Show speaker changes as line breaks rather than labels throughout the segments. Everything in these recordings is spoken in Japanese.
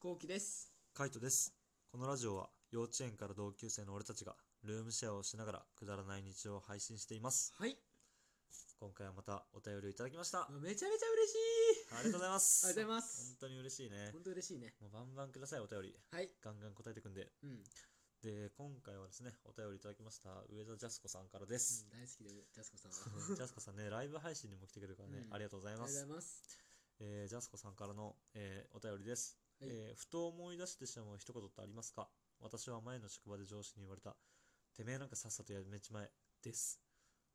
こうきです。
カイトです。このラジオは幼稚園から同級生の俺たちがルームシェアをしながらくだらない日常を配信しています。
はい。
今回はまたお便りをいただきました。あ
めちゃめちゃ嬉しい。
りがとうございます。
ありがとうございます。
本当に嬉しいね。
本当嬉しいね。
もうバンバンください、お便り。
はい。
ガンガン答えてくんで。
うん。うん
で、今回はですね、お便りいただきました、上田ジャスコさんからです。
大好きで、ジャスコさんは。
ジャスコさんね、ライブ配信にも来てくれるからね、
うん
ありがとうござい
ありが
ま
とうございま
す。
す。
えージャスコさんからの、えーお便りです、
はい
えーふと思い出してしまう一言ってありますか私は前の職場で上司に言われた、てめえなんかさっさとやめちまえです。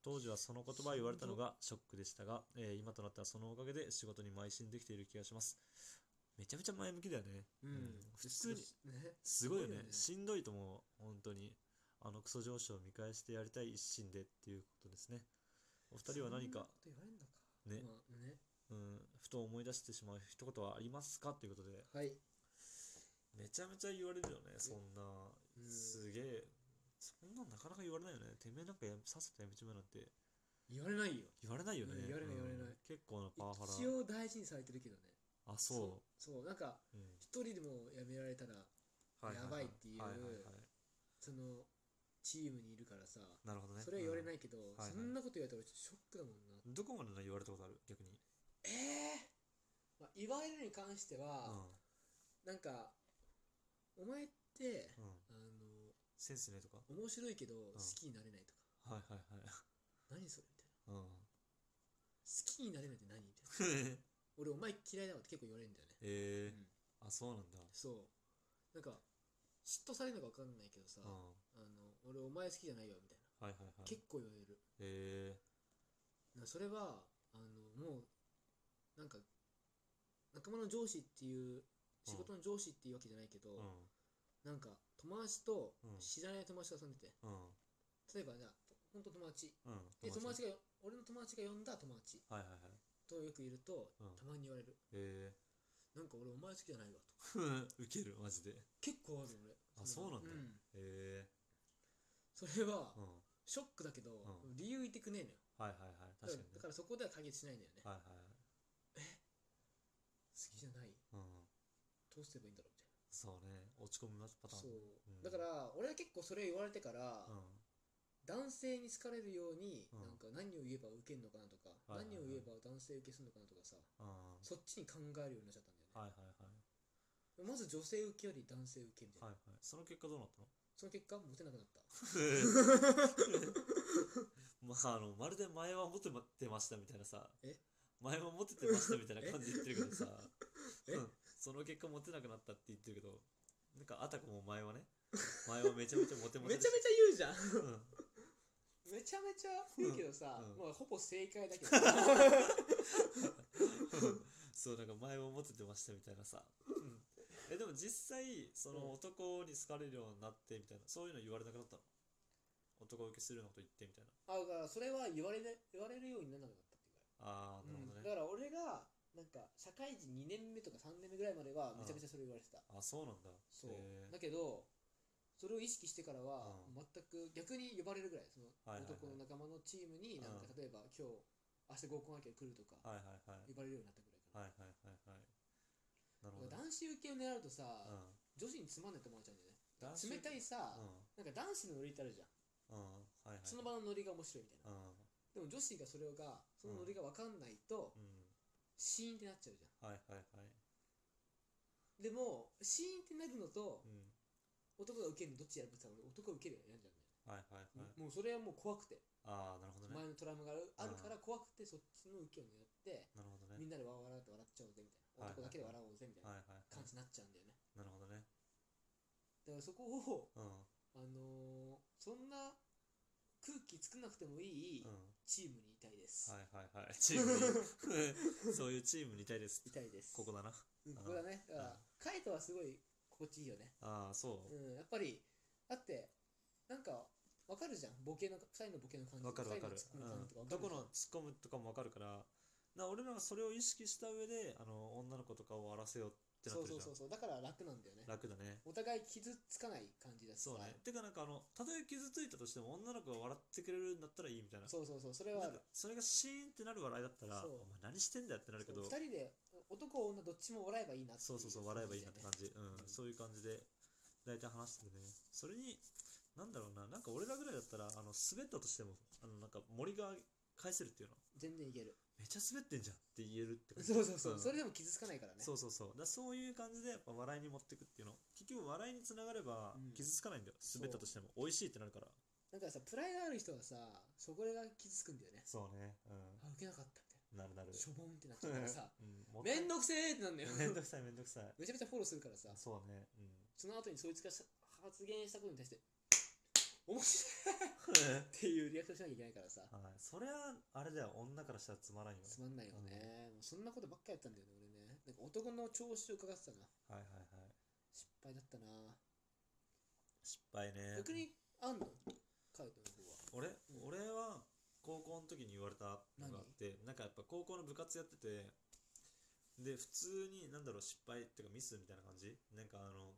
当時はその言葉を言われたのがショックでしたが、えー今となってはそのおかげで仕事に邁進できている気がします。めちゃめちゃ前向きだよね。
うん。
普通に、
ね。
すごい
すご
よ
い
ね
よ。ね
しんどいと思う、本当に。あのクソ上司を見返してやりたい一心でっていうことですね。お二人は何か、
そんなこと言われんのか。まあ
ね、
ね。
うん、ふと思い出してしまう一言はありますかということで、
はい。
めちゃめちゃ言われるよね、そんな。
うん
すげえ。そんなんなかなか言われないよね。てめえなんかやさっさとやめちまえなんて
言われないよ。
言われないよね。
うん言われない
う
言
ん
われない
結構なパワハラ。
一応大事にされてるけどね。
あ、そ
そう。そう、なんか、
う。うん
一人でも辞められたら、やばいっていう
はははい
その、チームにいるからさ、
なるほどね。
それは言われ
い。
ないけど、
はいはい
そんなこと言われたら俺ショックだもんな。
どこまで言われたことある逆に。
ええまあ、言われるに関して
うん。
は、なんか、お前って、
うん。
あの、
センスねとか。
面白いけど好きになれないとか、
はいはいはい。
何それみたいな
うん。
好きになれないって何みたいな俺お前嫌いだわって結構言われるんだよね、
え
うん
ー。あ、そうなんだ。
そうなんか嫉妬されるのか分かんないけどさ、
う
あ
ん。
の俺お前好きじゃないよみたいな、
はいはいはい
結。構言われる
え
なそれはあのもうなんか仲間の上司っていう仕事の上司っていうわけじゃないけど、
ー。
なんか友達と
うん
知らない友達と遊んでて、
うん。うん。
例えばじゃあ本当友達
うん。
で友達が俺の友達が呼んだ友達
はいはいはい。
とよくいると、
うん
たまに言われる
え
なんか俺お前好きじゃないわとか
ー。 ウケる、マジで。
結構ある俺
あ、そうなんだ。え
それは
ー。うん。
ショックだけど、
う
理由言ってくねえのよ
はいはいはい。
だか
確
らだか。
かにね
らそこでは解決しないんだよね、
はいはい。
好きじゃない
うん。
どうすればいいんだろうみた
そうね。落ち込みますパターン。
いなそう、
うん
だから俺は結構それ言われてから、
うん。
男性に好かれるように、
うん
なんか何を言えば受けるのかなとか、
はいはいはい
何を言えば男性受けするのかなとかさ
うん。
そっちに考えるようになっちゃったんだよね、
はいはいはい。
まず女性受けより男性受けみたいな、
はいはい。その結果どうなった の
その結果モテなくなった
まあ、あの、まるで前はモテてましたみたいなさ。
え
前はモテてましたみたいな感じで言ってるけどさ。
え
うんその結果モテなくなったって言ってるけど、なんかあたかも前はね、前はめちゃめちゃモテ モ
めちゃめちゃ
テでし
言うじゃん
た。うん
めちゃめちゃ言うけどさ、
うん
まあほぼ正解だ けど
そうなんか前もモテてましたみたいなさ、えでも実際そ
うん
の男に好かれるようになってみたいなそういうの言われなくなったの男受けするようなこと言ってみたいな
あだからそれは言われな言われるようにならなかったっていう
ああ
ぐ
な
らいうん
るほど
だから俺
ね、
がなんか社会人2年目とか3年目ぐらいまではめちゃめちゃそれ言われてた、
あそうなんだ
そう、
へ
だけどそれを意識してからは
うん
全く逆に呼ばれるぐらいその
はいはいはい
男の仲間のチームになんか
うん
例えば今日明日合コン相手来ると
ー
か
はいはいはい
呼ばれるようになったぐらいか
はいはいはいはいなるほ
な、
ど、ね
男子受けを狙うとさ、
うん
女子につまんないと思われちゃうんだよね
男子受
冷
け
たいさ、
う
なんか男子のノリってあるじゃん
んうんはいはい
その場のノリが面白いみたいな
うん
でも女子がそれがそのノリが分かんないと
うん
シーンってなっちゃうじゃ
はいはいはい
んでもシーンってなるのと
うん
男が受けるのどっちやるかって言ったら俺男が受けるやんじゃんね
はいはいはい
もうそれはもう怖くて
ああなるほどね
前のトラウマがあるあるから怖くてそっちの受けを狙って
なるほど
みん
ね
なでわーわーって笑っちゃおうぜみたいな
はい
男だけで笑おうぜみたい
はい
な
はい
感じになっちゃうんだよね
なるほどね
だからそこを
うん
あのーそんな空気作んなくてもいい
うん
チームにいたいです
はいはいはい。チームにそういうチームにいたいです
い。たいです
ここだな。
うんここだねだか
うん
らカイトはすごい心地いいよね
ああ、そう。
うん、やっぱり、だって、なんか、わかるじゃん、ボケの、2人のボケの感じ、
わかるわかる
二。人のツッコミの感じと
うん
か
ど
わか
こ
るじゃん
のツッコむとかもわかるから、な俺らがそれを意識した上で、あの女の子とかを終わらせようってなってるじゃん。
そうそうそうそう、だから楽なんだよね。
楽だね。
お互い傷つかない感じだしさ
そうね。てかなんかあの、たとえ傷ついたとしても女の子が笑ってくれるんだったらいいみたいな。
そうそうそう、それは
な
あ
んか
る。
それがシーンってなる笑いだったら、
そう
お前何してんだよってなるけ
2
ど、
人で男女どっちも笑えばいいなってい
そうそうそう、笑えばいいなって感じ。う
うん
ん、そういう感じで、大体話しててね。それに、なんだろうな、なんか俺らぐらいだったら、あの、滑ったとしても、あの、なんか森が返せるっていうの。
全然いける
めっちゃ滑ってんじゃんって言えるって感じ。
そうそうそう、
ん
それでも傷つかないからね
そうそうそう。だからそういう感じで、やっぱ笑いに持ってくっていうの。結局、笑いにつながれば
うん、
傷つかないんだよ。滑ったとしても。美味しいってなるから。
だからさプライドある人はさそこが傷つくんだよね
そうね。う
あ受けなかったみたい
ん。なるなる
な。しょぼんってなっちゃう からさ
うんもったい
めんどくせえってなんだよ
めんどくさい、めんどくさい。
めちゃめちゃフォローするからさ
そうね。うん。
その後にそいつがさ発言したことに対して面白いっていうリアクションしなきゃいけないからさ
はい、それはあれだよ女からしたらつまらんよ
つまんないよね、もうそんなことばっかやったんだよね俺ねなんか男の調子を伺ってたな
はいはいはい
失敗だったな
失敗ね
逆にあんのカイトの方は
俺
ん
俺は高校の時に言われたのがあってなんかやっぱ高校の部活やっててで普通になんだろう失敗っていうかミスみたいな感じなんかあの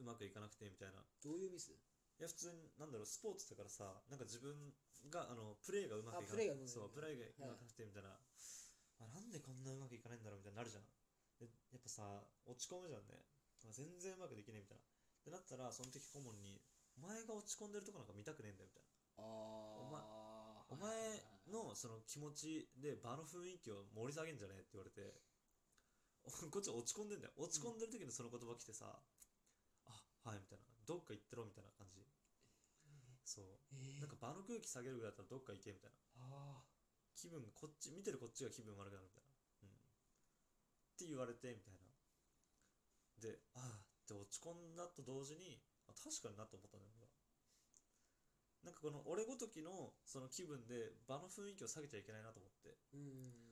うまくいかなくてみたいな
どういうミス
いや普通になんだろうスポーツだからさなんか自分があのプレーがうまく
あ
い
プ
かな
レー
い
がうまくいかない
そうプレーがうまくなくてみたいな、あなんでこんなうまくいかないんだろうみたいになるじゃんでやっぱさ落ち込むじゃんねあ全然うまくできねえみたいなでなったらその時顧問にお前が落ち込んでるとこなんか見たくねえんだよみたいな
ああ
お前のその気持ちで場の雰囲気を盛り下げんじゃねえって言われて おこっちは落ち込んでんだよ落ち込んでる時のその言葉来てさ、あはいみたいなどっか行ってろみたいな感じそう
えー、
なんか場の空気下げるぐらいだったらどっか行けみたいな。
あ
気分がこっち、見てるこっちが気分悪くなるみたいな。うん。って言われて、みたいな。で、ああって落ち込んだと同時に、あ確かになと思ったんだよ、俺はなんかこの俺ごときのその気分で場の雰囲気を下げちゃいけないなと思って。
ーうん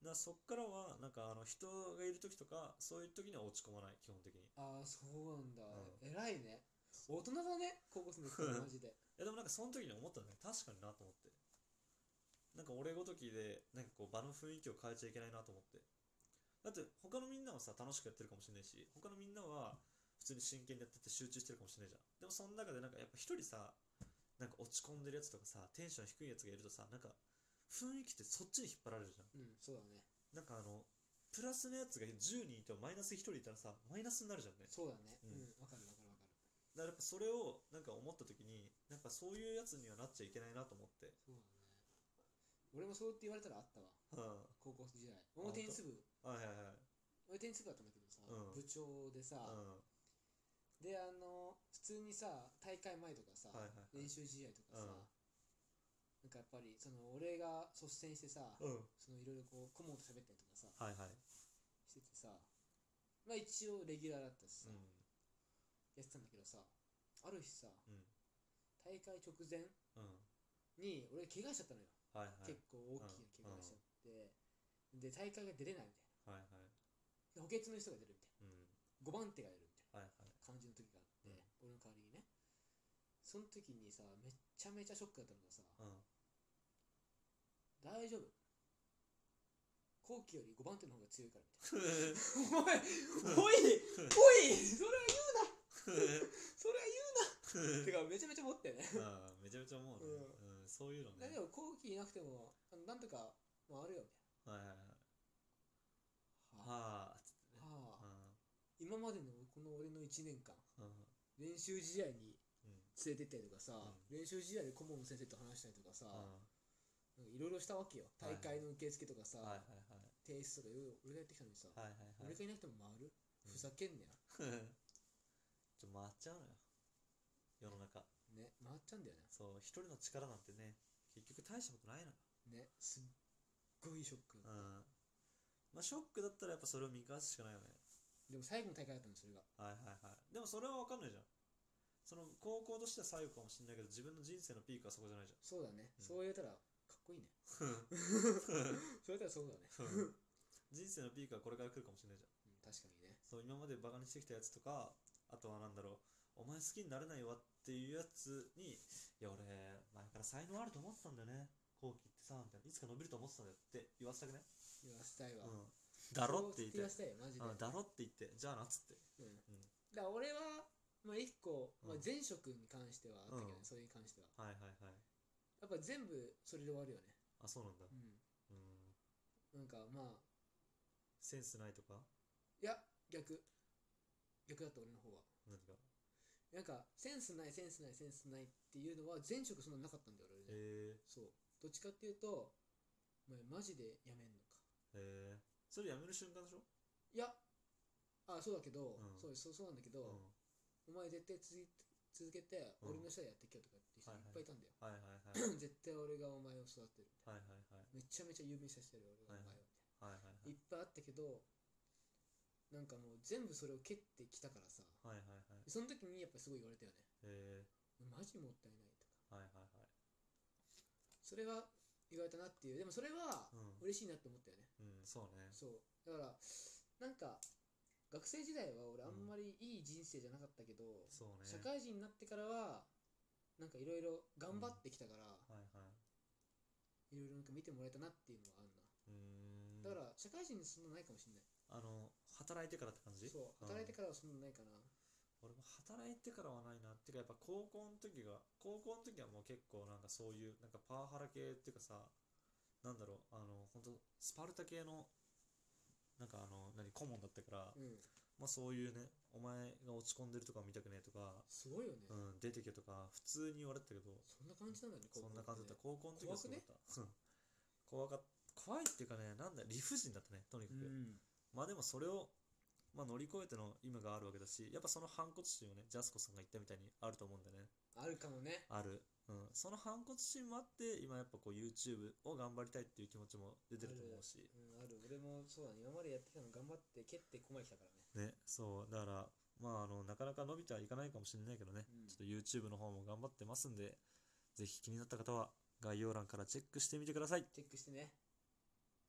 だからそっからは、なんかあの人がいる時とか、そういう時には落ち込まない、基本的に。
ああそうなんだ、
う
偉いね大人だね高校生の人はマジ で
いやでもなんかその時に思ったんだよ確かになと思ってなんか俺ごときでなんかこう場の雰囲気を変えちゃいけないなと思ってだって他のみんなはさ楽しくやってるかもしれないし他のみんなは普通に真剣にやってて集中してるかもしれないじゃんでもその中でなんかやっぱ一人さなんか落ち込んでるやつとかさテンション低いやつがいるとさなんか雰囲気ってそっちに引っ張られるじゃん
うんそうだね
なんかあのプラスのやつが10人いてもマイナス1人いたらさマイナスになるじゃんね
そうだねう
うんん
わ、かるわかるわかる
だからやっぱそれをなんか思った時になんかそういうやつにはなっちゃいけないなと思って
そうだね俺もそうって言われたらあったわ
うん
高校時代俺もテニス部
はいはいはい。
俺テニス部だったんだけどさ、
うん
部長でさ、
う
であの普通にさ大会前とかさ、
はいはいはい
練習試合とかさ、
うん
なんかやっぱりその俺が率先してさ、
ん。うん。
そのいろいろこう顧問と喋ったりとかさ
はいはい。
しててさまあ一応レギュラーだったしさ、
うん。
やってたんだけどさある日さ
うん。
大会直前
うん。
に俺怪我しちゃったのよ、
はいはい。
結構大きい怪我しちゃって、で大会が出れないみたい
はいはい。
なで補欠の人が出るみたい
う
な5
ん。
番手が出るみたいな
はいはい。
感じの時があって、
うん
俺の代わりにねその時にさめっちゃめちゃショックだったのがさ、
うん。
大丈夫後期より5番手の方が強いからみたいなおいおいおいそれは言うそれは言う てかめちゃめちゃ持ってね
ああ、めちゃめちゃ思うね。うん。そういうの
だけ。
ね
ど後期いなくてもあのなんとか回るよみ
はいはいはい。
たいなは
はあ。つってね。
あ今までのこの俺の1年間
うん。うん。
練習試合に
うん。
連れてったりとかさ、
う
練習試合で顧問の先生と話したりとかさ、
うん
なんかいろいろしたわけよ
はい
大
は
会の
い
受付とかさ、
はいはい
提出とかいろいろ俺がやってきたのにさ、
はい。はいはいはい
俺。がいなくても回る
うん
ふざけんなよ、
ちょ、回っちゃうのよ。世の中。
ね回っちゃうんだよね
そう、一人の力なんてね、結局大したことないのよ。
ねすっごいショック、
うん。まあ、ショックだったらやっぱそれを見返すしかないよね。
でも最後の大会だったのそれが
はいはいはい。でもそれは分かんないじゃん。その高校としては最後かもしれないけど、自分の人生のピークはそこじゃないじゃん。
そうだね、
うん
そう言えたらかっこいいねそう言えたらそうだね、
人生のピークはこれから来るかもしれないじゃん。
うん、確かにね
そう、今までバカにしてきたやつとか、あとはなんだろう、お前好きになれないわっていうやつに、いや俺、前から才能あると思ってたんだよね。後期ってさ、みたいな。いつか伸びると思ってたんだよって言わせたくね。
言わせたいわ、
うん。だろって言っ
そう
て
言わ。せたいよマジで、
うん、だろって言って。じゃあなっつって。
うんだから俺は、まあ、一個、まあ、前職に関してはあったけどね、
うん
それに関しては
はいはいはい。
やっぱ全部それで終わるよね
あ、そうなんだ。
うん
うん。
なんかまあ
センスないとか
いや逆逆だった俺の方は
何が
なんかセンスないセンスないセンスないっていうのは前職そんななかったんだよ俺ね、
え
そうどっちかっていうとお前マジでやめんのか
ー、えー、それやめる瞬間でしょ
いやあそうだけど、
うん
そうそうそうなんだけ
うん
ど、お前絶対続い続けて
うん
俺の下でやってきよとかって人いっぱいいたん だよ、
はいはいは い
絶対俺がお前を育てる
はいはいはい
めちゃめちゃ有名させてる俺がお前を、
はいはいはい
いっぱいあったけどなんかもう全部それを蹴ってきたからさ
はいはいはいはい
その時にやっぱすごい言われたよね
え
マジもったいないとか
ー、はいはいはい
それは言われたなっていうでもそれは
う
嬉しいなって思ったよね、
ん、うん、そうね
そうだからなんか学生時代は俺あんまりいい人生じゃなかったけど、
そうね
社会人になってからはなんかいろいろ頑張ってきたから
はいはい
いろいろなんか見てもらえたなっていうのはある
うーん
なだから社会人にそんなないかもしれない
あの働いてからって感じ
そう働いて
か
からはそんなないかな
俺も働いてからはないなってかやっぱ高校の時が高校の時はもう結構なんかそういうなんかパワハラ系っていうかさなんだろうあの本当スパルタ系のなんかあの何顧問だったから、
うん
まあそういうねお前が落ち込んでるとか見たくねえとか、
すごいよね、
うん、出てけとか普通に言われてたけど
そんな感じなんだね
そんな感じだった高校の時は
怖くね
そうだった怖かっ怖いっていうかねなんだ理不尽だったねとにか
う
く、
ん
まあでもそれを、まあ、乗り越えての今があるわけだし、やっぱその反骨心をね、ジャスコさんが言ったみたいにあると思うんだよね。
あるかもね
ある。うん。その反骨心もあって、今やっぱこう YouTube を頑張りたいっていう気持ちも出てると思うし。
うんある俺もそうだね今までやってきたの頑張って蹴ってここまで来たからね
ね、そう。だから、まああの、なかなか伸びてはいかないかもしれないけどね、
うん
ちょっと YouTube の方も頑張ってますんで、ぜひ気になった方は概要欄からチェックしてみてください。
チェックしてね